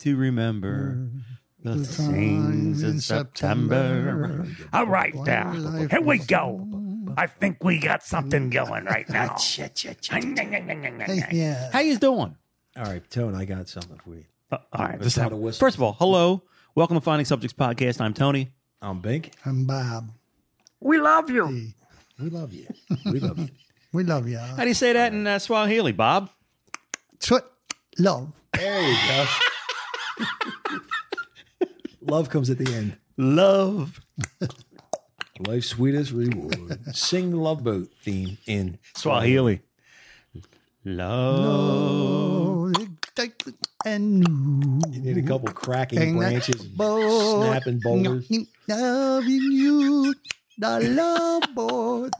to remember the things in September. All right, now. Here we go. I think we got something going right now. Yeah. How you doing? All right, Tone, I got something for you. All right. Just have a whistle. First of all, hello. Welcome to Finding Subjects Podcast. I'm Tony. I'm Bink. I'm Bob. We love you. We love you. We love you. We love you. How do you say that in uh, Swahili, Bob? Tw- love. There you go. love comes at the end. Love. Life's sweetest reward. Sing the love boat theme in Swahili. Love. And You need a couple cracking Hang that branches, and boat. snapping boulders. loving you, the love boat.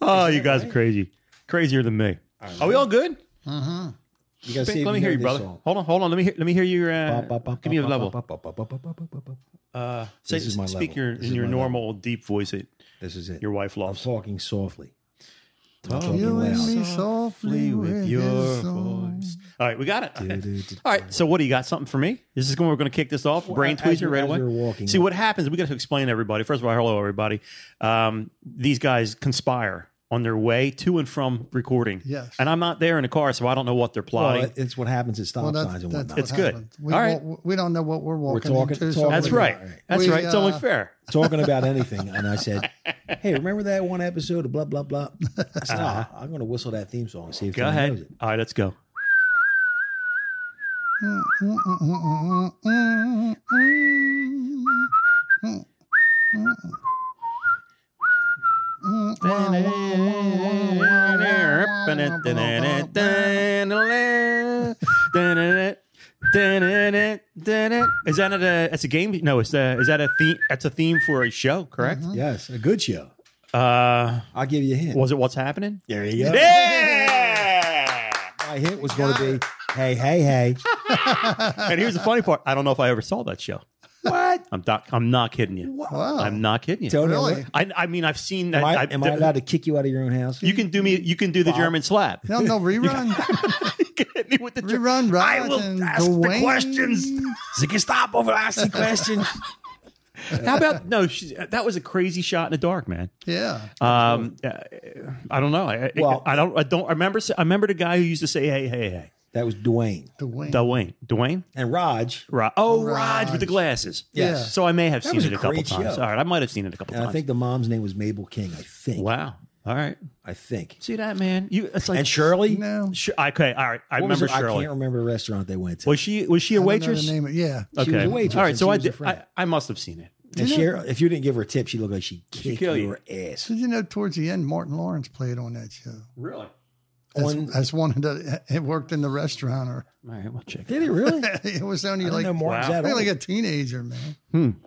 Oh, you guys are crazy. Crazier than me. Are we all good? You gotta see Bink, if let me know hear you, this brother. song. Hold on, hold on. Let me hear. Let me hear your. Uh, Bop, bop, bop, give me a bop, level. bop, bop, bop, bop, bop, bop, bop, bop, bop. Uh, say, This is my speak level. your This in is your my normal deep voice. It This is it. your wife I'm loves. talking softly. I'm You talking and loud. me softly with your voice. All right, we got it. Do, do, do. All right, so what do you got? Something for me? Is this when we're going to kick this off? Brain as tweezer you're- right as away. you're walking See up. what happens. We got to explain to everybody. First of all, hello everybody. Um, these guys conspire on their way to and from recording. Yes. and I'm not there in the car, so I don't know what they're plotting. Well, it's what happens at stop Well, that's, signs and that's whatnot. what It's good. happened. We, All right. we- we don't know what we're walking talking- into. talking That's about we're- right. That's We, right. It's only uh, fair. talking about anything, and I said, "Hey, remember that one episode of blah blah blah?" I said, "Ah, "I'm going to whistle that theme song and see if Go Tony knows ahead. it." All right, let's go. Is that a that's a game? No, it's a, is that a theme? That's a theme for a show, correct? Yes, a good show. Uh, I'll give you a hint. was it what's happening? there you go. Yeah. My hint was going to be, "Hey, hey, hey." and here's the funny part: I don't know if I ever saw that show. what? I'm not. I'm not kidding you. Wow. I'm not kidding you. Tony, Really? I, I mean, I've seen that. Am I, I- am I allowed to kick you out of your own house? You can do me. You can do the German slap. No, no, rerun. You can hit me with the German. rerun, right? I will ask the questions. The Gestapo will ask the questions. How about no? She's, that was a crazy shot in the dark, man. Yeah. Um, uh, I don't know. I, I- Well- I don't. I don't I remember. I remember the guy who used to say, "Hey, hey, hey." that was Dwayne the wing. Dwayne, Dwayne, and Raj. Rod. Oh, Raj Raj. with the glasses. Yes. Yeah. So I may have seen was it a a couple great times. show. All right, I might have seen it a couple And times. I think the mom's name was Mabel King. I think. wow. All right. I think. See that man? You. It's like. And Shirley. no. Sh- okay. All right. I What was remember it? I Shirley. can't remember a restaurant they went to. was she? Was she a I don't know the waitress? name of- yeah. She was Okay. a waitress All right. and So she I was a did. friend. I, I must have seen it. and Cheryl, if you didn't give her a tip, she looked like she kicked kill you. your ass. Did you know towards the end, Martin Lawrence played on that show? Really? As, On- as one of the, it worked in the restaurant, or All right. We'll check. Did he really? it was only I like, didn't know Martin's Wow. that only old. like a teenager, man.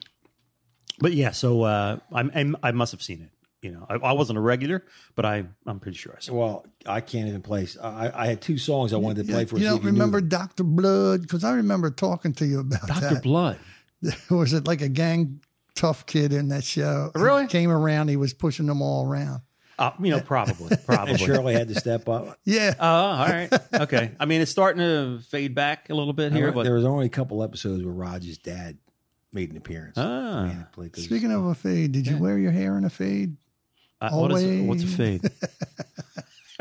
But yeah, so uh, I'm, I'm I must have seen it. You know, I, I wasn't a regular, but I I'm pretty sure I saw. It. Well, I can't even play. I, I had two songs I wanted to play for. You see if don't knew remember them. Doctor Blood? Because I remember talking to you about Doctor that. Blood. was it like a gang tough kid in that show? Really? He came around. He was pushing them all around. Uh, you know, probably, probably. And Shirley had to step up. Yeah. Oh, all right, okay. I mean, it's starting to fade back a little bit here, but there was only a couple episodes where Roger's dad made an appearance. Ah. Man, I played those- Speaking of a fade, did you wear your hair in a fade? uh, what is what's a fade?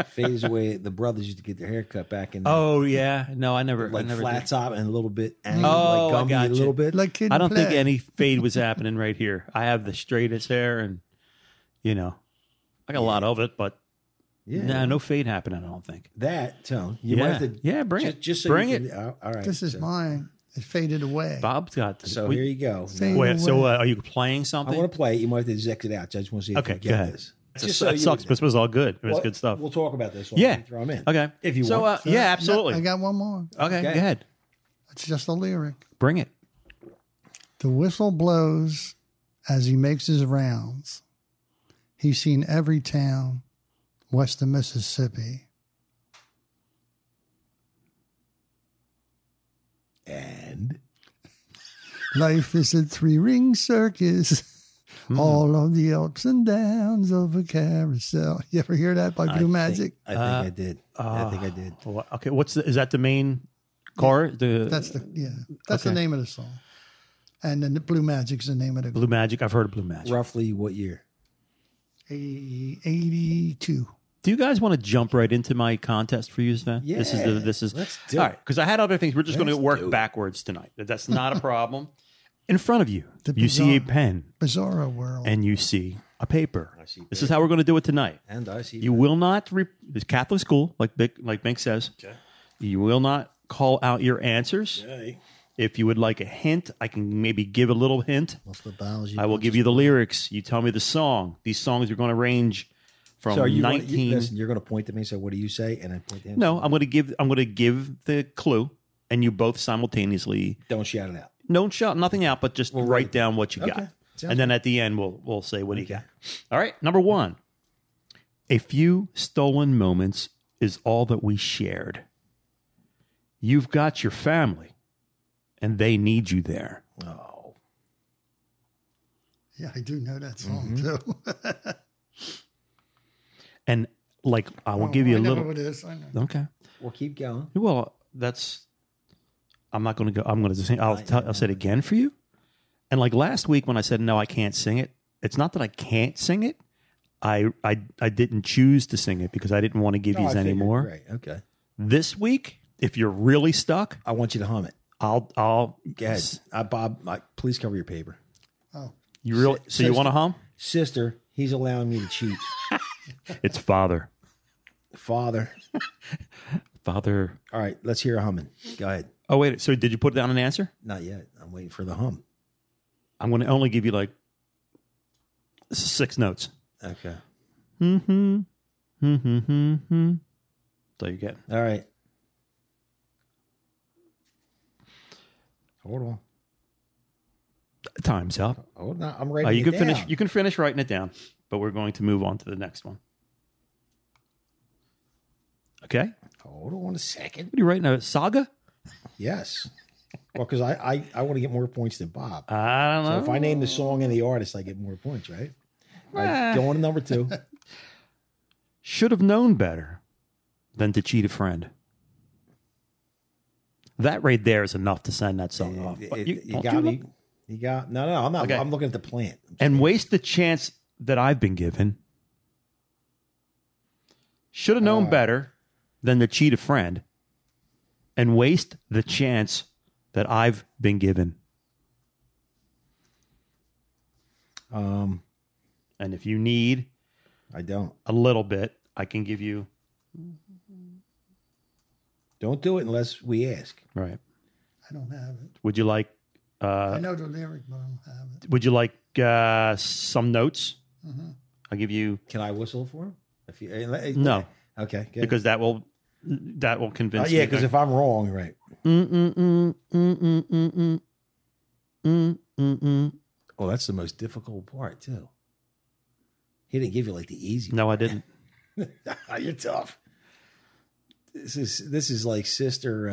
fades away. The brothers used to get their hair cut back in Oh yeah, no, I never, like I never. flat did. top and a little bit angled, Oh, I like gummy gotcha. a little bit. Mm. Like kid. I don't think Play. any fade was happening right here. I have the straightest hair, and you know, I got a lot of it, but yeah, nah, no fade happening. I don't think. that tone. You yeah, might have to yeah, bring just, it, Just so bring you it. Can, Oh, all- all right, This is so, mine. It faded away. Bob's got. So we- here you go. Fade Wait, so away. uh, are you playing I something? want to play. it. You might have to exit it out. I just want to see if Okay, you go can ahead. get this. It Just so you- sucks, but it was all good. It was Well, good stuff. We'll talk about this. So Yeah. yeah, throw them in. okay, if you so, want. Uh, yeah, absolutely. I got one more. okay, Okay. go ahead, It's just a lyric. bring it. The whistle blows as he makes his rounds. He's seen every town west of Mississippi. And Life is a three ring circus. Hmm. All of the ups and downs of a carousel. You ever hear that by I Blue think- Magic? I think Uh, I did. I think I did. Wha- Okay, what's the, is that the main car? The That's the yeah. That's the okay. name of the song. And then the Blue Magic's the name of the Blue Magic. I've heard of Blue Magic. Roughly what year? 80, 82. Do you guys want to jump right into my contest for you, Sven? This is the, Yeah, this is let's do all it. right. Because I had other things. We're just going to Let's do work it. backwards tonight. That's not a problem. In front of you, The you see a bizarre- pen Bizarro World. and you see a paper. see This is how we're going to do it tonight. And I see. You will not. Re- it's Catholic school, like Big, like Mink says. You will not call out your answers. If you would like a hint, I can maybe give a little hint. What's the biology? I will give you the lyrics. You tell me the song. These songs are going to range from so are you 19 Gonna, you, listen, you're going to point to me. So what do you say? And I point to him. No, I'm going to give I'm going to give the clue and you both simultaneously Don't shout it out. no shout nothing out but just write down what you got. Okay. Sounds and then at the end we'll we'll say what do you got. All right, number 1. A few stolen moments is all that we shared. You've got your family and they need you there. Oh, Yeah, I do know that song Mm-hmm. too. And like I will Oh, give you I a know little what it is. I know. Okay. well, keep going. Well, that's. I'm not going to go. I'm going to sing. I'll, tell, I'll say it again for you. And like last week when I said no, I can't sing it. It's not that I can't sing it. I I I didn't choose to sing it because I didn't want to give No, I you figured. any more. Right. Okay. This week, if you're really stuck, I want you to hum it. I'll I'll Go ahead. I, Bob, I, please cover your paper. Oh, You really? So you Sister. want to hum? Sister, he's allowing me to cheat. It's father, Father. father. All right, let's hear a humming. Go ahead. Oh wait. So did you put down an answer? Not yet. I'm waiting for the hum. I'm going to only give you like six notes. Okay. Hmm. Hmm. Hmm. Hmm. Hmm. That's all you get. All right. Hold on. Time's up. Hold on. I'm ready. Uh, you can finish. You can finish writing it down, but we're going to move on to the next one. Okay. What Hold on a second. are you writing? A saga? Yes. Well, because I I, I want to get more points than Bob. I don't So know. if I name the song and the artist, I get more points, right? All right, Go on to number two. Should have known better than to cheat a friend. That right there is enough to send that song off. It- But it- you- you, don't got you me. look- You got no, no. I'm not. Okay. I'm looking at the plant. and waste the chance that I've been given. Should have Uh. known better than to cheat a friend and waste the chance that I've been given. Um, And if you need I don't. a little bit, I can give you. Don't do it unless we ask. Right. I don't have it. Would you like? I Uh, know the lyric, but I don't have it. would you like uh, some notes? Mm-hmm. I'll give you Can I whistle for him? If you eh, no, Okay. Good. because that will that will Uh, convince. yeah, me because that- if I'm wrong, right? Mm, mm, mm, mm, mm, mm, mm. Mm, mm, mm. Oh, that's the most difficult part too. He didn't give you like the easy. no, I didn't. part. you're tough. This is this is like sister,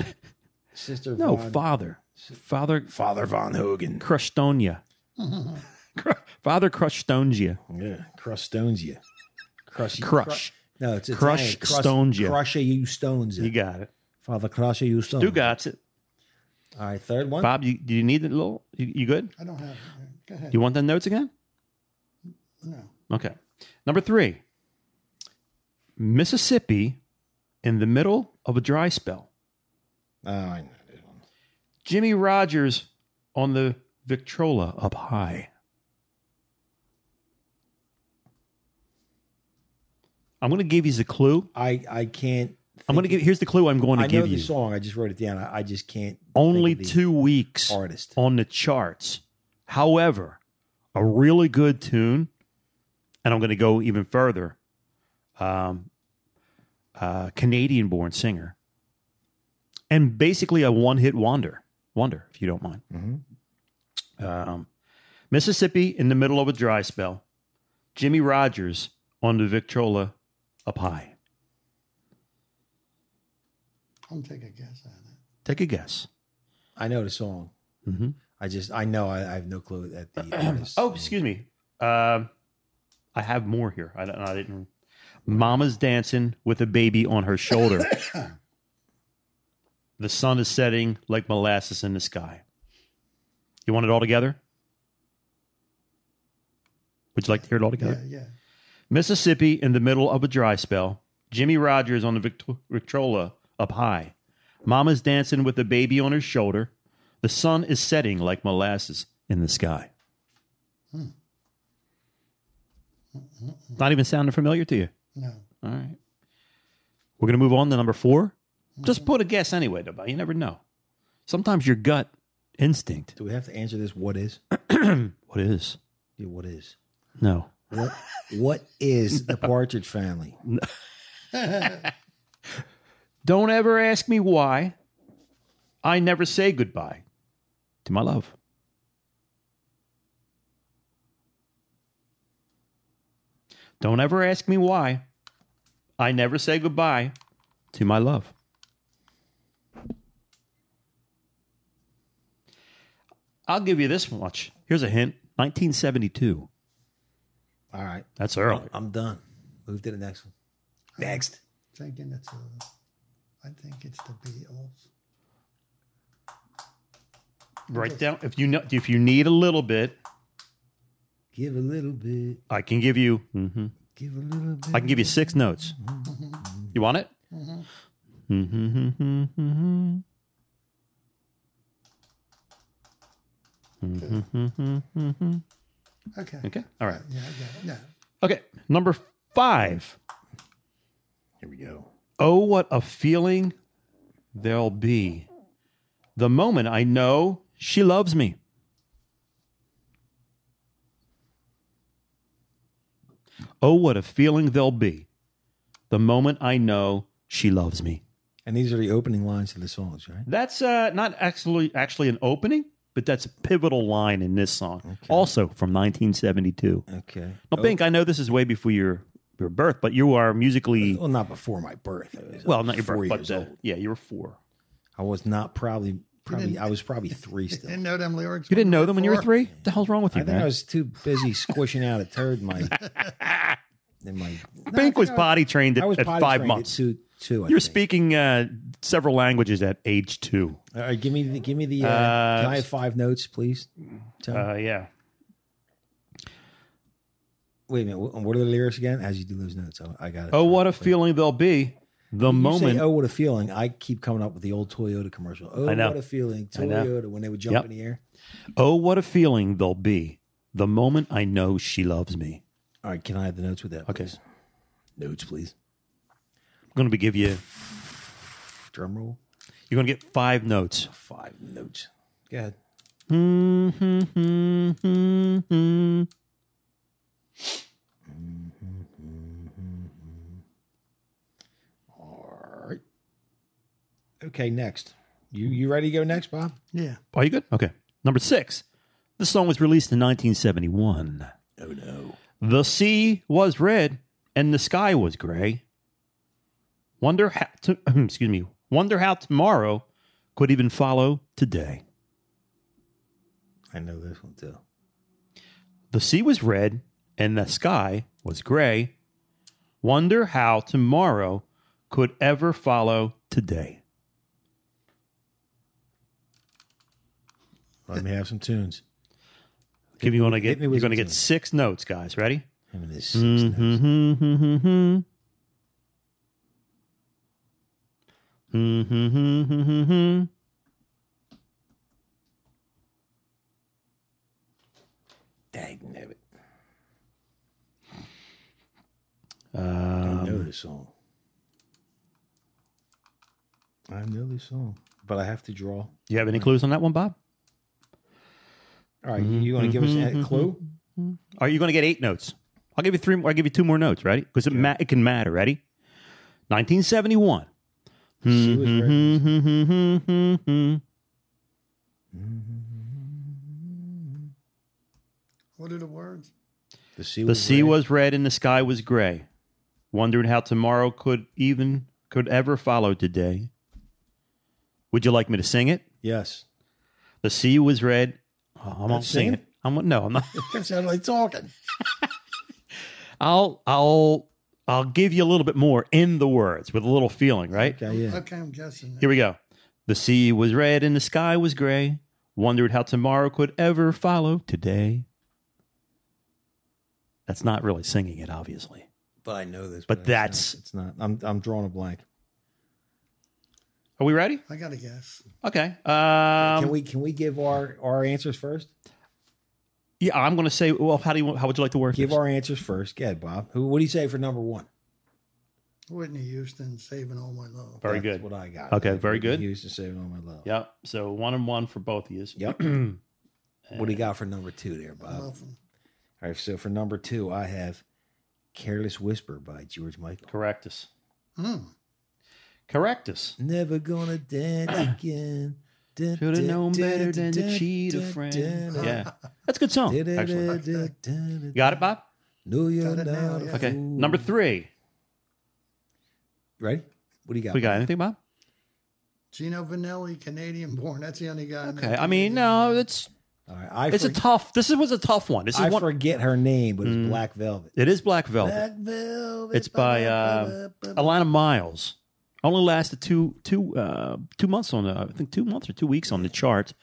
uh sister. No, Von, father, father, Father Von Hogan. Crustonia, Cru- father Crustonia, Yeah, crush stones you. Crush you. crush. No, it's Crush Italian. stones you. Crush you stones You you. got it. Father, crush you stones. Stu got it. All right, third one. Bob, you, do you need a little? You, you good? I don't have it. Go ahead. You want the notes again? no. Okay. Number three Mississippi in the middle of a dry spell. Oh, I know this one. Jimmy Rogers on the Victrola up high. I'm going to give you the clue. I I can't. I'm going to give. think- Here's the clue I'm going to I know give the you. song. I just wrote it down. I, I just can't. think Only of the two weeks artist. on the charts. However, a really good tune, and I'm going to go even further. Um, uh, Canadian-born singer, and basically a one-hit wonder. Wonder, if you don't mind. Mm-hmm. Um, Mississippi in the middle of a dry spell. Jimmy Rogers on the Victrola up high. I'll take a guess at it. Take a guess. I know the song. Mhm. I just I know I, I have no clue at the artist. oh, excuse me. Um, I have more here. I, don't- I didn't. Mama's dancing with a baby on her shoulder. the sun is setting like molasses in the sky. You want it all together? Would you like to hear it all together? Yeah, yeah. Mississippi in the middle of a dry spell. Jimmy Rogers on the Vict- Victrola up high. Mama's dancing with the baby on her shoulder. The sun is setting like molasses in the sky. Not even sounding familiar to you. No. All right. We're going to move on to number 4 Just put a guess anyway, nobody. You never know. Sometimes your gut instinct. Do we have to answer this? What is? What is? Yeah, what is? No. What what is the Partridge Family? Don't ever ask me why. I never say goodbye to my love. Don't ever ask me why. I never say goodbye to my love. I'll give you this much. Here's a hint 1972. All right, That's early. I'm done. Move to the next one. Next. Thinking it's a, I think it's the Beatles. Right down. If you know, if you need a little bit, Give a little bit. I can give you. Mhm. Give a little bit. I can give you six notes. You want it? Okay. Okay. All right. Yeah, yeah, yeah. Okay. Number five. Here we go. Oh, what a feeling there'll be the moment I know she loves me. Oh, what a feeling there'll be the moment I know she loves me. And these are the opening lines to the songs, right? That's uh, not actually actually an opening, but that's a pivotal line in this song, also from 1972. Okay. Oh, Now, Bink, I know this is way before your your birth, but you are musically Well, not before my birth. I was, well, like, not your four birth, but years uh, old. yeah, you were four. I was not probably probably. I was probably three still. Didn't know them lyrics. You didn't know them when you were before. three. What the hell's wrong with I you, think I man? was too busy squishing out a turd in my. in my No, I Bink think was I potty trained at, I was at potty five trained months. At two, two. I you were think. speaking uh, several languages at age two. All right, give me the give me the. Uh, Uh, can I have five notes, please? Tell Uh, yeah. Wait a minute. wh- What are the lyrics again? As you do those notes, I, I got it. Oh, what a feeling they'll be the moment. oh, what a feeling! I keep coming up with the old Toyota commercial. Oh, I know. what a feeling! I know. Toyota when they would jump Yep. in the air. oh, what a feeling they'll be the moment I know she loves me. All right, can I have the notes with that? Okay. please? notes, please. I'm going to give you. Drum roll. You're going to get five notes. Five notes. Go ahead. Mm-hmm, That's All right. Okay, next. You you ready to go next, Bob? Yeah. Are you good? Okay. Number six. This song was released in 1971. Oh no. The sea was red and the sky was gray. Wonder how. To, excuse me. Wonder how tomorrow could even follow today. I know this one too. The sea was red and the sky was gray. Wonder how tomorrow could ever follow today. Let me have some tunes. Give me one. I get. hit me You're with going to some get six notes, guys. Ready? Him and his 6 Mm-hmm. notes. Mhm. Mhm. Dang nabbit. I Um, know this song. I know this song, but I have to draw. All you have any clues on that one, Bob? right, you, you want to give us Mm-hmm, a clue? Are you going to get eight notes? I'll give you three. more- I'll give you two more notes. Ready? Because it, ma- it can matter. Ready? 1971. mm-hmm, She was very- Mhm. What are the words? The sea The was. sea red. was red and the sky was gray. Wondering how tomorrow could even could ever follow today. Would you like me to sing it? Yes. The sea was red Oh, I'm not singing. singing? I'm no, I'm not. It sounded like talking. I'll I'll I'll give you a little bit more in the words with a little feeling, right? Okay, yeah. Okay, I'm guessing. Here we go. The sea was red and the sky was gray. Wondered how tomorrow could ever follow today. That's not really singing it, obviously. But I know this. But it's not- that's- it's not. I'm I'm drawing a blank. Are we ready? I got to guess. Okay. Um, can we can we give our our answers first? yeah, I'm going to say. Well, how do you? want- How would you like to work? Give this? our answers first. Go ahead, Bob. Who? What do you say for number one? Whitney Houston, saving all my love. Very That's good. What I got. Okay, very good. Used to saving all my love. Yep. So one and one for both of you. Yep. What do you got for number two there, Bob? All Nothing. right. So for number two, I have "Careless Whisper" by George Michael. Correctus. Mm. Correctus. Never gonna dance again. Should Shoulda known better than to cheat a friend. Yeah, that's a good song. Actually, Actually. got it, Bob. No, you're Got it not. now, a yeah. Okay. fool. Number three. Ready? What do you got? We got anything, Bob? Gino Vanelli, Canadian born. That's the only guy. Okay. I mean, no, it's All right. I it's a forg- tough. This is was a tough one. This is I one. forget her name, but it's Mm. Black Velvet. It is Black Velvet. Velvet. It's by uh, Alana Miles. Only lasted two two uh, two months on the, I think two months or two weeks on the chart.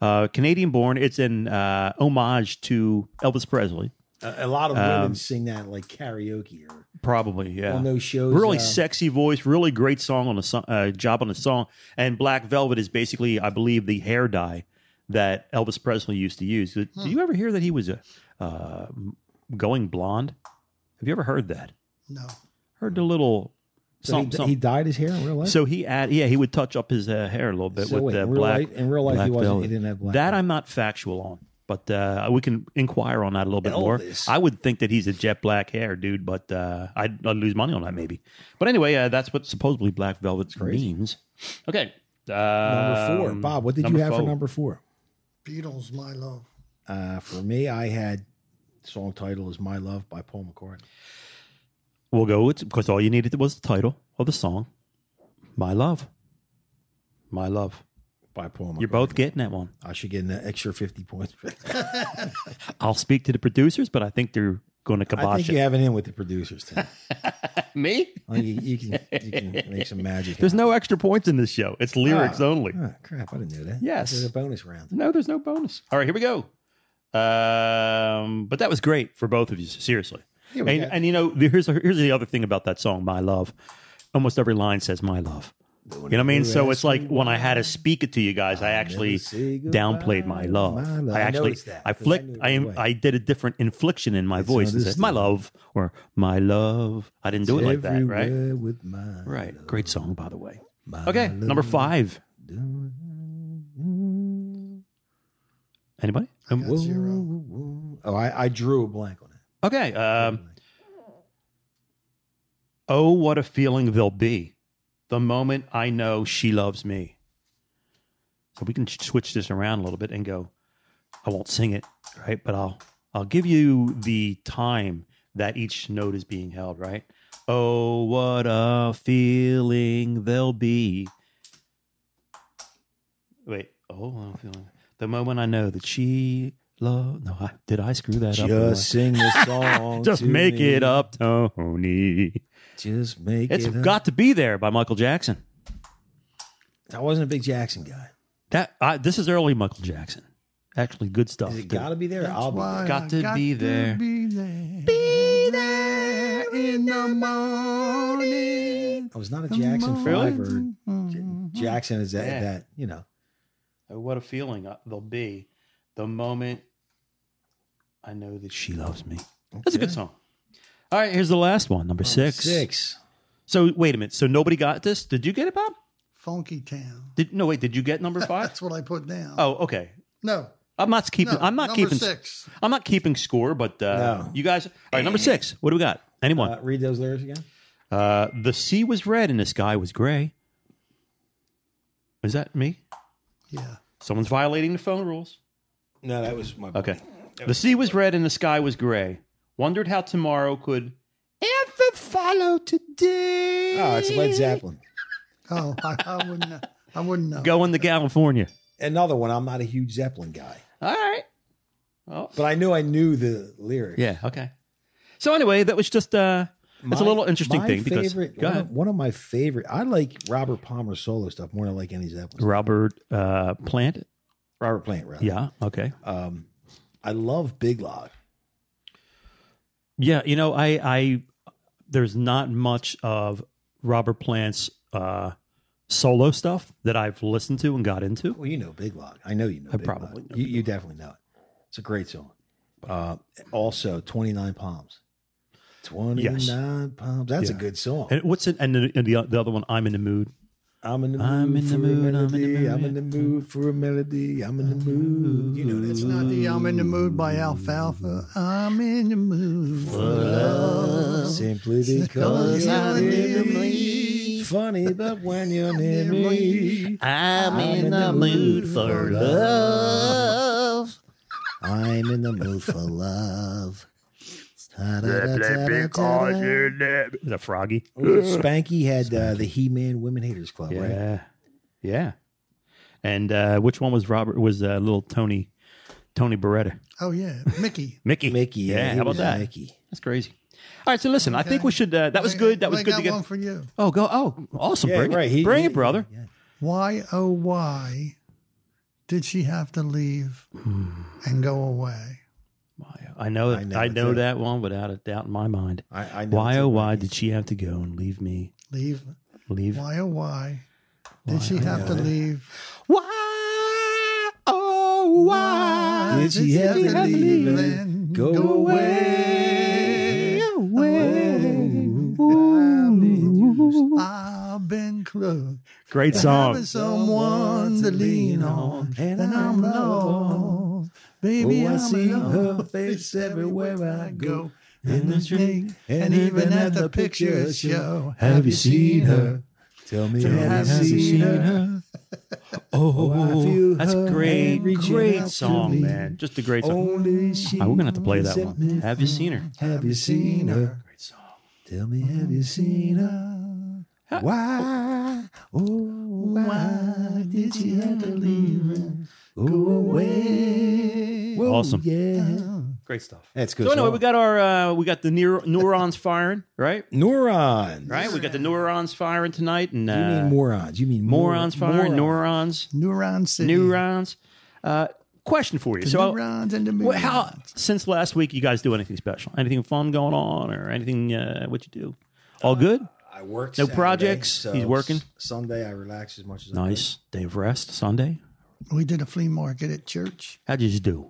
Uh, Canadian born. It's an uh, homage to Elvis Presley, a, a lot of women um, sing that like karaoke or probably. Yeah. on those shows. Really uh, sexy voice, really great song on a so- uh, job on a song, and Black Velvet is basically, I believe, the hair dye that Elvis Presley used to use. Did, did you ever hear that he was uh, uh, going blonde? Have you ever heard that? No. Heard the little So he, something. something. he dyed his hair in real life. So he add, yeah, he would touch up his uh, hair a little bit So with wait, uh, in real black. life, in real life, black he wasn't. velvet. He didn't have black. that velvet. I'm not factual on, but uh, we can inquire on that a little bit more. Elvis. I would think that he's a jet black hair dude, but uh, I'd, I'd lose money on that maybe. But anyway, uh, that's what supposedly black velvet crazy. means. Okay, number four. Um, Bob, what did you have for four. number four? Beatles, my love. Uh, for me, I had song title is "My Love" by Paul McCartney. We'll go. It's because all you needed was the title of the song, "My Love." My love. By Paul McCartney. You're both getting that one. I should get an extra fifty points. For that. I'll speak to the producers, but I think they're going to I kibosh think it. you have it in with the producers. Today. Me? I think you, you can you can make some magic. There's no extra points in this show. It's lyrics Ah. only. Oh, crap! I didn't know that. Yes. there's a bonus round. No, there's no bonus. All right, here we go. Um, but that was great for both of you, seriously. Here And, we go. and you know, the- here's here's the other thing about that song, "My Love." Almost every line says "My Love." You know what I mean? So it's like when I had to speak it to you guys, I actually say goodbye, downplayed my love. my love. I I actually, noticed that, I 'cause I flicked, knew I, right away. I did a different infliction in my It's voice. not It this says "My thing. love" or "My love." I didn't do it like that, right? Everywhere With my Right. love, Great song, by the way. my Okay, number love. five. Anybody? Um, Got zero. Oh, I, I drew a blank on it. Okay. Um, oh, what a feeling there'll be the moment I know she loves me. So we can sh- switch this around a little bit and go. I won't sing it, right? But I'll I'll give you the time that each note is being held, right? Oh, what a feeling there'll be. Wait. Oh, I'm feeling the moment I know that she love. No, I, did I screw that up? or what? Just sing the song. Just to make me. it up, Tony. Just make It's it up. got to be there by Michael Jackson. I wasn't a big Jackson guy. That I, this is early Michael Jackson. Actually, Oh, good stuff. Is it got to be there? That's I'll be why there. Got I to be there. Be there. Be there in the morning. I was Oh, not a The Jackson Five or morning. Mm-hmm. Mhm. J- Jackson is that, Yeah. that you know. Oh, what a feeling uh, there'll be the moment I know that she loves me. That's a good song. All right, here's the last one, number six. Six. So wait a minute. So nobody got this. Did you get it, Bob? Funky Town. Did no wait? Did you get number five? That's what I put down. oh, okay. no, I'm not keeping. no. I'm not number keeping. six. I'm not keeping score, but uh, No. you guys. All right, number six. What do we got? Anyone? Uh, read those lyrics again. Uh, the sea was red and the sky was gray. Is that me? Yeah, Someone's violating the phone rules. No, that was my. Okay. The sea was red and the sky was gray. Wondered how tomorrow could ever follow today. Oh, it's Led Zeppelin. Oh, I, I wouldn't. know- I wouldn't know. Going to California. Another one. I'm not a huge Zeppelin guy. All right. Well, But I knew I knew the lyrics. yeah. Okay. So anyway, that was just uh, it's a My- little interesting my thing because favorite- go one, ahead. of, one of my favorite. I like Robert Palmer's solo stuff more than I like any Zeppelin. Robert uh, Plant. Robert Plant, rather. Yeah. Okay. Um, I love Big Log. Yeah, you know, I, I there's not much of Robert Plant's uh, solo stuff that I've listened to and got into. Well, you know Big Log. I know you know. I Big Log. probably know You, you definitely know it. It's a great song. Uh, also, Twenty Nine Palms. Twenty Nine Palms. That's a Yeah. good song. And what's it? And the, and the, the other one, I'm in the mood. I'm in the mood. I'm in the for mood, I'm in A the melody. mood, I'm in the mood for a melody. I'm in the mood. You know that's It's not the I'm in the mood by Alfalfa. I'm in the mood for love. Simply because you're near me. Funny, but when you're near me, I'm in the mood for love. I'm in the mood for love. Da-da-da-da-da-da. The froggy. Spanky had uh, the He-Man Women Haters Club, Yeah, right? yeah. And uh, which one was Robert? Was uh, little Tony, Tony Beretta, Oh yeah, Mickey. Mickey, Mickey, Yeah, he how about was that? Mickey. That's crazy. All right, so listen, I think Okay. we should. Uh, that was good. That was I good got to get. one for you. Oh, go. Oh, awesome. Yeah, bring right. it, He- bring he- it, brother. yeah. Why oh why did she have to leave Hmm. and go away? Why- I know I that know I it know too. that one without a doubt in my mind. I, I know Why it's a oh why Mickey. did she have to go and leave me? Leave. Leave Why oh why did Why, she oh, have to why? leave? Why oh why Did she have to leave and and go away? Oh, away? I've been used. Mm-hmm. I've been close. Great Having song. someone to lean on, and I'm lost. Baby, Oh, I I'm see her lost. face everywhere I go. In the street, and even at the picture show. Have you seen her? Tell me, Have you seen her? Oh, I feel that's her great, hand reaching out great to song, me. man. Just a great song. Only she. Ah, we're gonna have to play that set me one. Have you seen her? Have you seen her? Great song. Tell me, have you seen her? Why? Oh, why did she have Mm-hmm. to leave and go away? Whoa, Awesome. Yeah. Great stuff. That's good. So anyway, song. we got our uh, we got the neur- neurons firing, right? neurons. Right. We got the neurons firing tonight, and You uh, mean morons. You mean morons firing, Neurons. neurons, Neuron City. neurons. Uh, question for you. The So neurons and the Well, how neurons. since last week you guys do anything special? Anything fun going on or anything uh, what you do? All good? I worked. No projects? He's working? Sunday, I relax as much as I Nice. Day of rest, Sunday. We did a flea market at church. How did you do?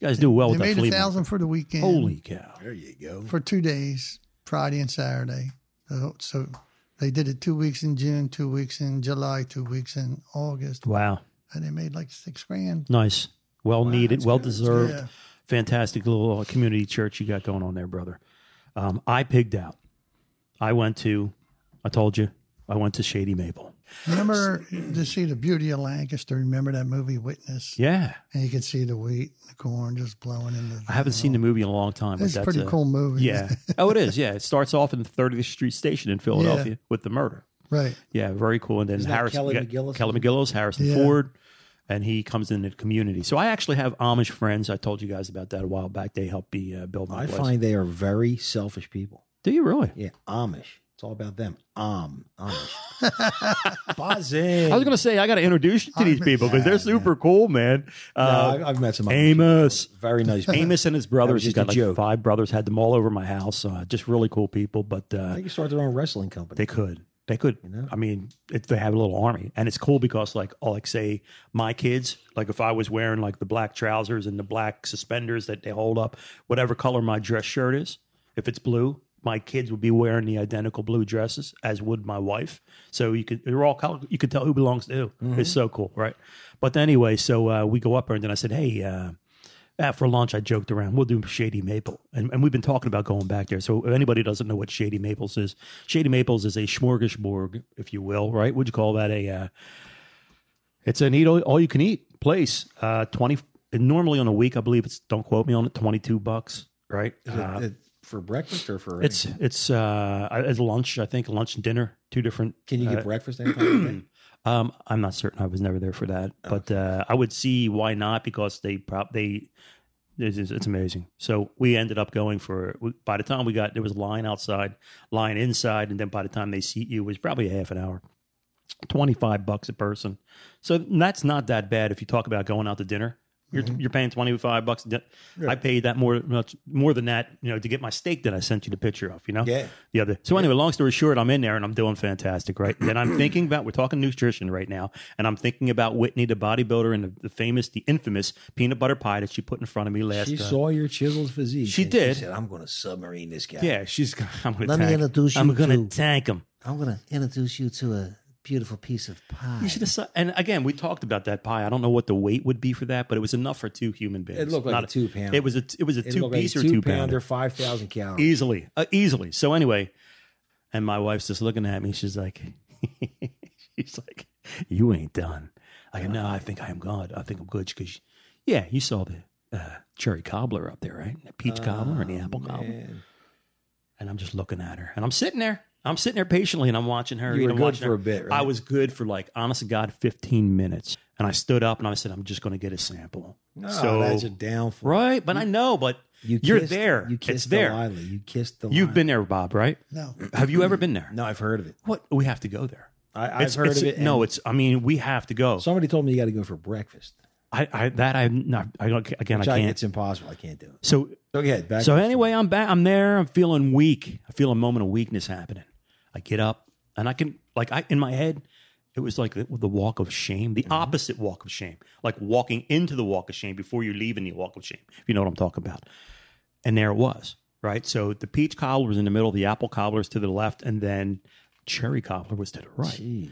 You guys do well They with that made Oh, flea a market. thousand for the weekend. Holy cow. There you go. for two days, Friday and Saturday. So, so they did it two weeks in June, two weeks in July, two weeks in August, Wow. and they made like six grand. Nice. Well needed, well deserved. Yeah. Fantastic little uh, community church you got going on there, brother. Um, I pigged out. I went to I told you, I went to Shady Maple. Remember to see the beauty of Lancaster. Remember that movie Witness, Yeah. and you could see the wheat, and the corn just blowing in the. I haven't seen the movie in a long time. but It's a that's pretty a- cool movie. Yeah. Oh, it is. Yeah. It starts off in 30th Street Station in Philadelphia with the murder. right. Yeah. Very cool. And then that Harrison, Kelly we got McGillis? Kelly McGillis, Harrison Yeah. Ford, and he comes into the community. So I actually have Amish friends. I told you guys about that a while back. They helped me uh, build my I place. find they are very selfish people. Do you really? Yeah, Amish. It's all about them. Um, Amish. Buzzing. I was going to say, I got to introduce you to these Amish. people because they're super cool, man. No, Uh, I- I've met some Amish Amos. people. Very nice. people. Amos and his brothers. He's just a got like joke. five brothers, had them all over my house. Uh, just really cool people. But uh, They can start their own wrestling company. They could. They could. know? I mean, if they have a little army, and it's cool because, like, oh, like say my kids, like if I was wearing like the black trousers and the black suspenders that they hold up, whatever color my dress shirt is, if it's blue, my kids would be wearing the identical blue dresses, as would my wife. So you could, they're all color. You could tell who belongs to who. It's so cool, right? But anyway, so uh, we go up there, and then I said, hey. Uh, uh, for lunch, I joked around. We'll do Shady Maple, and, and we've been talking about going back there. So, if anybody doesn't know what Shady Maples is, Shady Maples is a smorgasbord, if you will, right? Would you call that a? Uh, it's an eat all, all you can eat place. Uh, Twenty normally on a week, I believe it's. Don't quote me on it. Twenty two bucks, right? Uh, It- for breakfast or for It's it's uh it's lunch, I think, lunch and dinner, two different. Can you get uh, breakfast anytime? okay. Um, I'm not certain. I was never there for that, but uh, I would see why not because they prop they. It's, it's it's amazing. So we ended up going for. we- By the time we got there was a line outside, line inside, and then by the time they seat you it was probably a half an hour. Twenty five bucks a person, so that's not that bad if you talk about going out to dinner. You're you're paying twenty five bucks. a di- I paid that more much more than that, you know, to get my steak that I sent you the picture of. You know, Yeah. the other. So anyway, long story short, I'm in there and I'm doing fantastic, right? Then I'm thinking about we're talking nutrition right now, and I'm thinking about Whitney, the bodybuilder, and the, the famous, the infamous peanut butter pie that she put in front of me last. She uh, saw your chiseled physique. She and did. She said, "I'm going to submarine this guy. yeah, she's. I'm gonna Let me tank- introduce I'm you gonna to- tank him. I'm gonna introduce you to a beautiful piece of pie. You should have. saw- And again, we talked about that pie. I don't know what the weight would be for that, but it was enough for two human beings. It looked like Not a two pound. It was a. It was a It two looked like piece a or two pounder, pounder. five thousand calories. Easily, uh, easily. So anyway, and my wife's just looking at me. She's like, she's like, you ain't done. I go, no, I think I am God. I think I'm good because, yeah, you saw the uh, cherry cobbler up there, right? The peach cobbler and the apple cobbler. Oh, Man, And I'm just looking at her, and I'm sitting there. I'm sitting there patiently, and I'm watching her. You eat, were I'm good watching for her. a bit, right? I was good for like, honest to God, 15 minutes. And I stood up and I said, I'm just going to get a sample. no, so that's a downfall. right, but I know, but You are kissed- there. You kissed it's there. Delilah. You kissed the. You've been there, Bob, right? No. Have you ever been there? No, I've heard of it. What? We have to go there. I, I've It's- heard it's- of it. No, and it's. I mean, we have to go. somebody told me you got to go for breakfast. I, I that I'm not. I don't- again, I Which I can't. It's impossible. I can't do it. so So go ahead. Back so to the anyway, I'm back. I'm there. I'm feeling weak. I feel a moment of weakness happening. I get up and I can like I in my head. It was like the, the walk of shame, the Mm-hmm. opposite walk of shame, like walking into the walk of shame before you leave in the walk of shame. If you know what I'm talking about. And there it was, right? So the peach cobbler was in the middle, the apple cobbler was to the left, and then cherry cobbler was to the right. And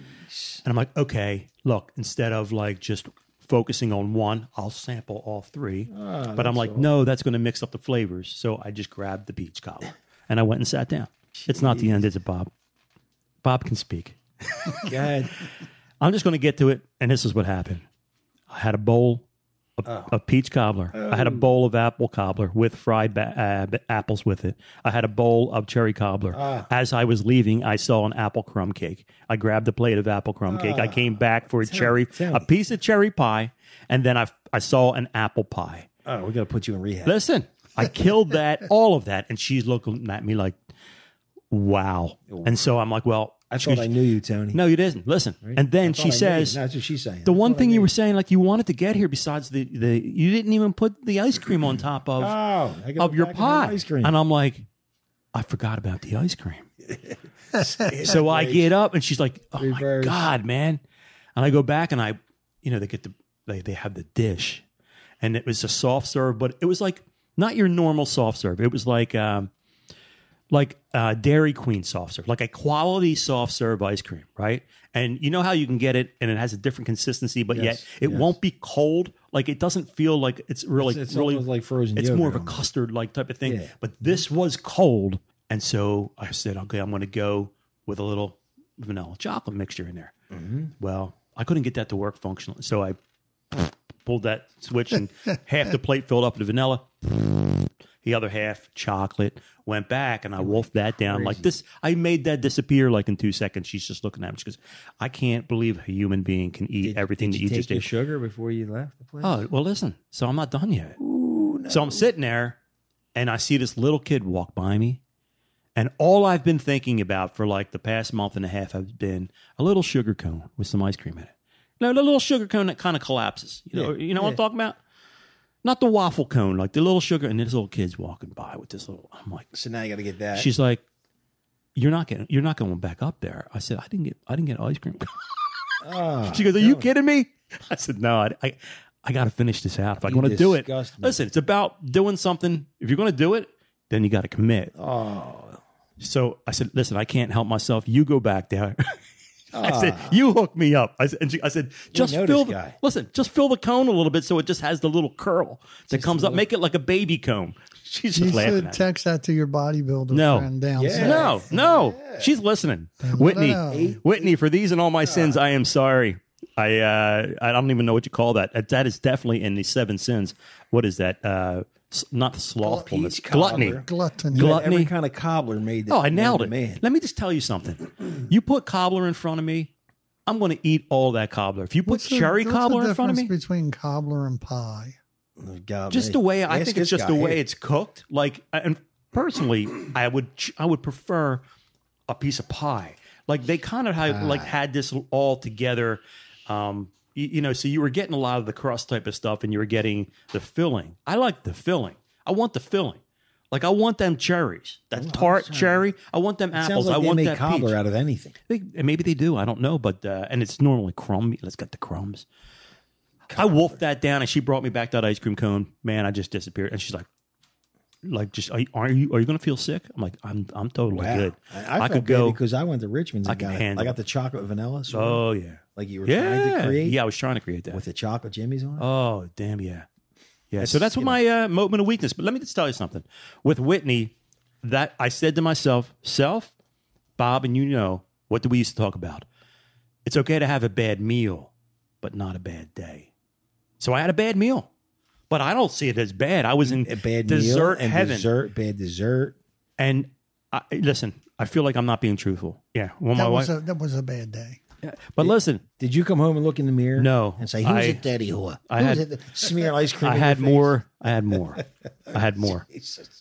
I'm like, okay, look, instead of like just focusing on one, I'll sample all three. but I'm like, no, that's going to mix up the flavors. So I just grabbed the peach cobbler and I went and sat down. It's not the end, is it, Bob? Bob can speak. food. Go ahead. I'm just going to get to it. And this is what happened. I had a bowl of, Oh. of peach cobbler. I had a bowl of apple cobbler with fried ba- uh, b- apples with it. I had a bowl of cherry cobbler. Ah. As I was leaving, I saw an apple crumb cake. I grabbed a plate of apple crumb cake. I came back for a cherry, Ah. tell a me. piece of cherry pie, and then I f- I saw an apple pie. Oh, we got to put you in rehab. Listen, I killed that, all of that, and she's looking at me like, "Wow!" And so I'm like, "Well." I thought I knew you, Tony. No, you didn't. Listen. And then I thought I she knew you. says, No, "That's what she's saying." the I one thought I thing knew you were saying, like you wanted to get here, besides the the you didn't even put the ice cream on top of Oh, I gotta of go your back and have pie, Ice cream. and I'm like, I forgot about the ice cream. so I get up, and she's like, Oh Reverse. my god, man! And I go back, and I, you know, they get the they they have the dish, and it was a soft serve, but it was like not your normal soft serve. It was like um, like uh, Dairy Queen soft serve, like a quality soft serve ice cream, right? And you know how you can get it, and it has a different consistency, but yet it won't be cold. Like it doesn't feel like it's really it's really almost like frozen It's yogurt more of a almost. custard like type of thing. Yeah. But this was cold, and so I said, okay, I'm going to go with a little vanilla chocolate mixture in there. Mm-hmm. Well, I couldn't get that to work functionally, so I pulled that switch, and half the plate filled up with vanilla the other half chocolate went back and i wolfed that down like this i made that disappear like in two seconds she's just looking at me she goes i can't believe a human being can eat everything Did that you, take just your ate sugar before you left the place. oh well listen so i'm not done yet so i'm sitting there and i see this little kid walk by me and all i've been thinking about for like the past month and a half has been a little sugar cone with some ice cream in it no the little sugar cone that kind of collapses you know, you know what i'm talking about not the waffle cone, like the little sugar, and this little kid's walking by with this little. I'm like, So now you got to get that. She's like, "You're not getting. You're not going back up there." I said, "I didn't get. I didn't get ice cream." oh, she goes, "Are you kidding me?" I said, "No, I, I, I got to finish this out if I'm going to do it." disgust me. Listen, it's about doing something. If you're going to do it, then you got to commit. oh, So I said, "Listen, I can't help myself. You go back there." I said, Ah. "You hook me up." I said, and she, I said "Just know fill the this guy. listen. Just fill the cone a little bit so it just has the little curl that comes up. Make it like a baby cone." She's You just laughing. should at me. text that to your bodybuilder No. friend down Yeah. south. No, no, she's listening. Whitney, no. Whitney, for these and all my sins, I am sorry. I uh, I don't even know what you call that. Uh, That is definitely in the seven sins. What is that? Uh, s- not slothfulness, Peach gluttony. cobbler. Gluttony. Glut- Every Gluttony. kind of cobbler made that. Oh, I nailed made it. the Man. Let me just tell you something. You put cobbler in front of me, I'm going to eat all that cobbler. If you put What's the- cherry what's the cobbler in front of me, difference Between cobbler and pie. Oh, God, just man. the way I Ask think it's this just guy the way here. it's cooked. Like, I- and personally, I would ch- I would prefer a piece of pie. Like they kind of had, Ah. like had this all together. Um, you, you know, so you were getting a lot of the crust type of stuff, and you were getting the filling. I like the filling. I want the filling. Like I want them cherries, that tart cherry. I want them Oh, It apples. sounds like I they want make that cobbler peach. out of anything. They, and maybe they do. I don't know, but uh, and it's normally crumb. Let's get the crumbs. I wolfed that down, and she brought me back that ice cream cone. Man, I just disappeared. And she's like, like, just are you are you, are you going to feel sick? I'm like, I'm I'm totally Wow. good. I, I, could go. because I went to Richmond's. I And could got, it. handle I got it. the chocolate vanilla. sort of, oh yeah, like you were trying yeah, to create. yeah. I was trying to create that. with the chocolate jimmies on it. Oh, damn, yeah. Yeah. So that's what my uh, moment of weakness. But let me just tell you something. With Whitney, that I said to myself, self, Bob, and you know, what do we used to talk about? It's okay to have a bad meal, but not a bad day. So I had a bad meal, but I don't see it as bad. I was in a bad dessert meal and heaven. dessert, bad dessert. And I, listen, I feel like I'm not being truthful. Yeah. Well, my That wife. was, a, that was a bad day. but listen, Did you come home and look in the mirror? No. And say, who's I- a daddy whore? I had- who's it that smear ice cream? I in had your face?" more. I had more. I had more.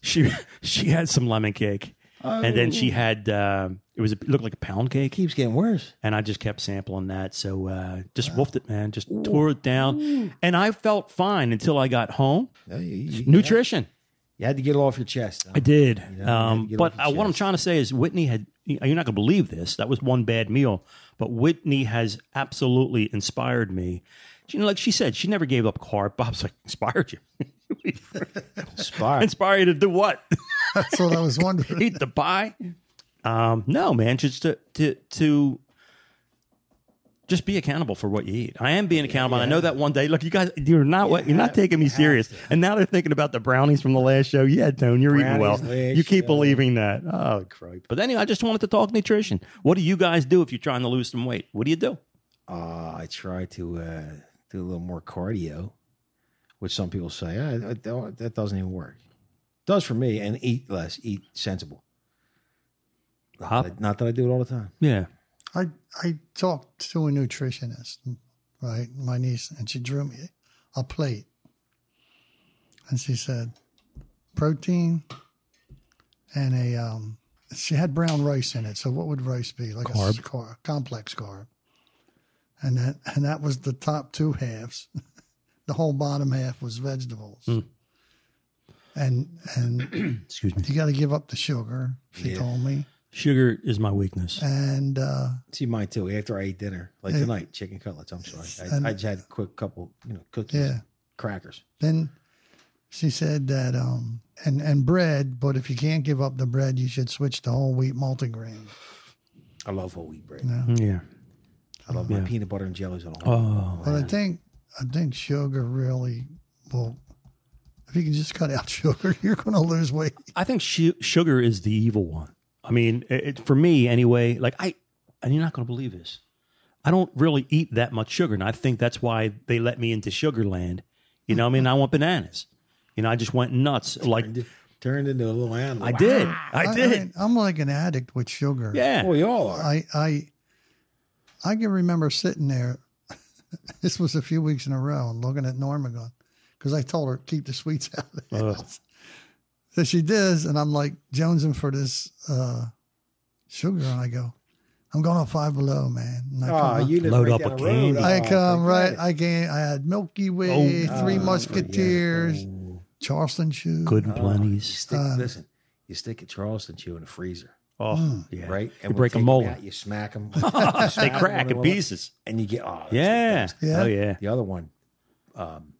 She she had some lemon cake, and then she had um, it was a, it looked like a pound cake, Keeps getting worse. and I just kept sampling that. So uh, just wolfed it, man. Just tore it down, and I felt fine until I got home. You, you- Nutrition, you had to get it off your chest. I did. had to Um, get but off your uh, what I'm chest. trying to say is Whitney had. You're not going to believe this. That was one bad meal, but Whitney has absolutely inspired me. You know, like she said, she never gave up carb. Bob's like inspired you. Spark. Inspire you to do what? That's what I was wondering. Eat the pie? Um, no, man. Just to, to to just be accountable for what you eat. I am being accountable. and I know that one day. Look, you guys, you're not what you're not taking me serious. And now they're thinking about the brownies from the last show. Yeah, Tone, you're Brownies eating well. last You keep show. believing that. Oh, crap. But anyway, I just wanted to talk nutrition. What do you guys do if you're trying to lose some weight? What do you do? Uh, I try to uh, do a little more cardio, which some people say "Ah, that don't- that doesn't even work. Does for me and eat less, eat sensible. Hop? Not that I do it all the time. Yeah. I I talked to a nutritionist, right? My niece, and she drew me a plate, and she said, protein, and a um. She had brown rice in it. So what would rice be? Like a s- car, complex carb. And that and that was the top two halves. the whole bottom half was vegetables. And and Excuse me. you got to give up the sugar. She Yeah. told me. Sugar is my weakness. And uh, See mine too. After I ate dinner, like Hey. tonight, chicken cutlets. I'm sorry, And- I, I just had a quick couple, you know, cookies, yeah. crackers. Then she said that um and and bread, but if you can't give up the bread, you should switch to whole wheat multigrain. I love whole wheat bread. Yeah. Yeah. I love my peanut butter and jellies on all. Oh. But I think I think sugar really will if you can just cut out sugar, you're going to lose weight. I think su- sugar is the evil one. I mean, it, it- for me anyway. Like I, and you're not going to believe this. I don't really eat that much sugar, and I think that's why they let me into sugar land. You know, what I mean, I want bananas. You know, I just went nuts. Oh, Like Turned, turned into a little animal. I did, I- I I did. mean, I'm like an addict with sugar. Yeah, Well, we all are. I I I can remember sitting there. this was a few weeks in a row and looking at Norma going, because I told her keep the sweets out of the Ugh. house. So she does, and I'm like jonesing for this uh, sugar, and I go, I'm going on five below, man. And I Ah, come, you live Load right up down a the candy. Road. I Oh, come right. forget it. I can I had Milky Way, Oh, Three forget it. Musketeers, Charleston shoe. good and Oh, you plenties. stick, Uh, listen, you stick a Charleston chew in the freezer, Oh, yeah. right? You when break a take 'em molar. out, You smack them. They crack in pieces. and you get oh that's the Yeah. best. Yeah. Oh yeah. The other one, um,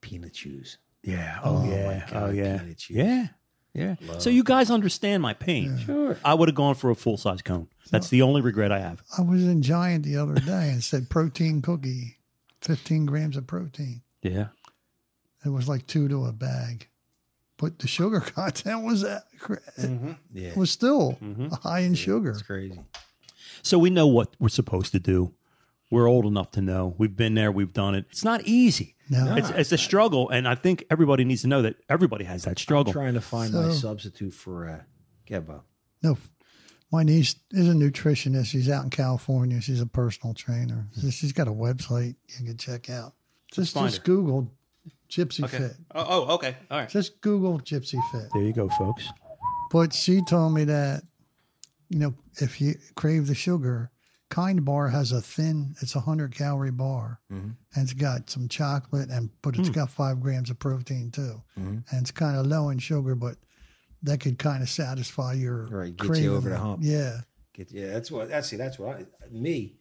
peanut chews. Yeah. Oh, my yeah. God, oh yeah. peanut juice. Yeah. Yeah. So you guys understand my pain. Sure. I would have gone for a full size cone. That's the only regret I have. I was in Giant the other day and said protein cookie, 15 grams of protein. Yeah. It was like two to a bag, but the sugar content was that Mm-hmm. Yeah, was Mm-hmm. still high in sugar. it's crazy. So we know what we're supposed to do. We're old enough to know. We've been there. We've done it. It's not easy. No. It's, it's a struggle, and I think everybody needs to know that everybody has that struggle. Trying to find my So- substitute for uh, Gebo. No, my niece is a nutritionist. She's out in California. She's a personal trainer. She's got a website you can check out. Just Hmm. find just her. Google Gypsy Fit. Oh, oh, okay. All right. Just Google Gypsy Fit. There you go, folks. But she told me that you know if you crave the sugar, Kind Bar has a thin. It's a hundred calorie bar, Mm-hmm. and it's got some chocolate and but Hmm. it's got five grams of protein too, Mm-hmm. and it's kind of low in sugar, but that could kind of satisfy your Right, gets you craving. over the hump. Yeah. Get, yeah, that's what. That's see, that's what I, me.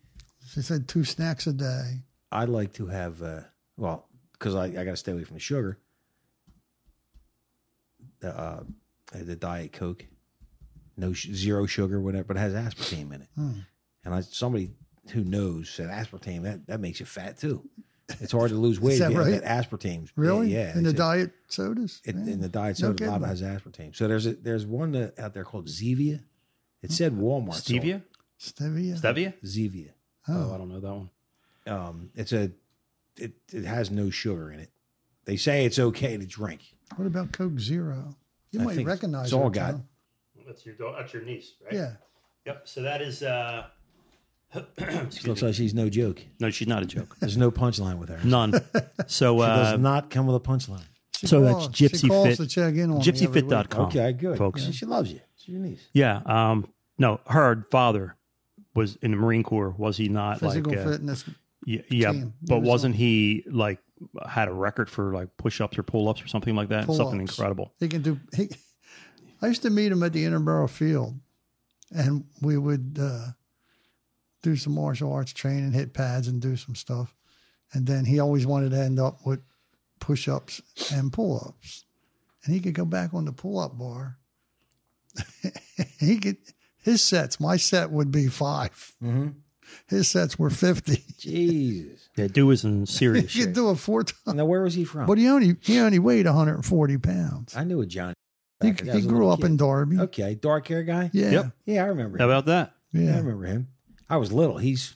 She said two snacks a day. I like to have. Uh, well, because I, I got to stay away from the sugar. The uh, the diet coke, no sh- zero sugar, whatever, but it has aspartame in it. Hmm. And I somebody who knows said aspartame that that makes you fat too. It's hard to lose weight. that if you have right? That aspartame. Really? Yeah. In the it's- diet sodas? it, Yeah. in the diet No soda, a lot of it has kidding. aspartame. So there's a, there's one uh, out there called Zevia. Hmm. It said Walmart. sold Stevia? Stevia. Stevia? it. Zevia. Oh, I Oh, don't know that one. Um, it's a it it has no sugar in it. They say it's okay to drink. what about Coke Zero? You I might think recognize it's all her, got- Tom. That's your daughter, that's your niece, right? Yeah. Yep. So that is. Uh, She looks like she's no joke. no, she's not a joke. There's no punchline with her. None. So She does uh, not come with a punchline. She So that's calls- Gypsy she calls Fit- To check in on me every week. gypsyfit.com. Okay, good. Folks. She, she loves you. She's your niece. Yeah. Um, no, her father was in the Marine Corps. Was he not Physical like? uh, fitness. y- yeah, team. He but was wasn't he like had a record for like push-ups or pull-ups or something like that? Something Pull-ups. incredible. He can do. He, I used to meet him at the Interborough Field, and we would uh, do some martial arts training, hit pads, and do some stuff. And then he always wanted to end up with push ups and pull ups. And he could go back on the pull up bar. he could, his sets, my set would be 5 His sets were 50. Jesus. Yeah, dude was in serious He could shape. do it four times. Now where was he from? But he only, he only weighed 140 pounds. I knew a Johnny. He, back when I he was a grew little up in kid. Derby. Okay, dark hair guy. Yeah. Yep. yeah, I remember. How him. about that? I Yeah. remember him. I was little. He's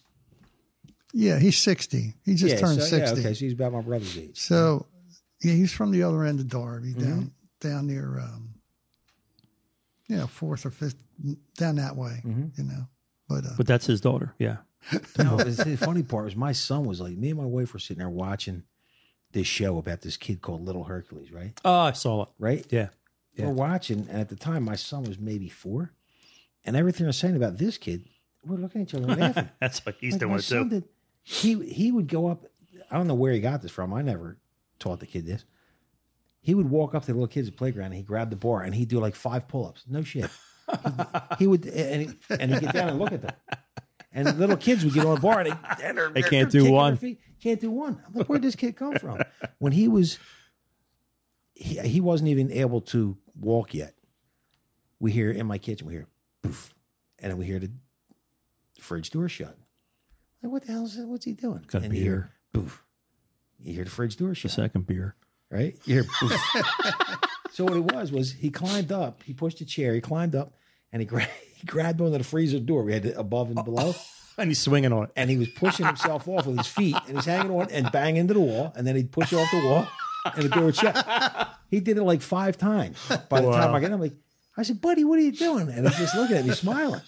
Yeah, he's 60. He just yeah, turned so, 60. Yeah, okay, so he's about my brother's age. So, yeah, he's from the other end of Mm-hmm. Derby, down down near, um, you know, fourth or fifth, down that way, Mm-hmm. Mm. you know. But, uh, But that's his daughter. Yeah. No, it's- the funny part was my son was like, me and my wife were sitting there watching this show about this kid called Little Hercules, right? Oh, I saw it. Right? Yeah. yeah. We're watching, and at the time, my son was maybe four, and everything they're saying about this kid, we're looking at each other and laughing. That's what he's Like, my doing son too. did, he he would go up. I don't know where he got this from. I never taught the kid this. He would walk up to the little kids at the playground and he grabbed the bar and he'd do like five pull ups. No shit. he, he would and he, and he'd get down and look at them. And the little kids would get on the bar and, they, and they're, They they're- can't do they're kicking their one. feet. Can't do one. I'm like, where'd this kid come from? When he was, he, he wasn't even able to walk yet. We hear in my kitchen, we hear poof, and then we hear the fridge door shut. Like, what the hell is What's he doing? Got a And you hear, beer. Poof. You hear the fridge door The shut, second beer. right? You hear, poof. so what it was was he climbed up, he pushed a chair, he climbed up, and he, gra- he grabbed onto the freezer door. We had it above and below, And he's swinging on it. and he was pushing himself off with his feet, and he's hanging on and bang into the wall, and then he'd push it off the wall, and the door would shut. He did it like five times. By the time I got, I'm like, I said, buddy, what are you doing? And he's just looking at me smiling.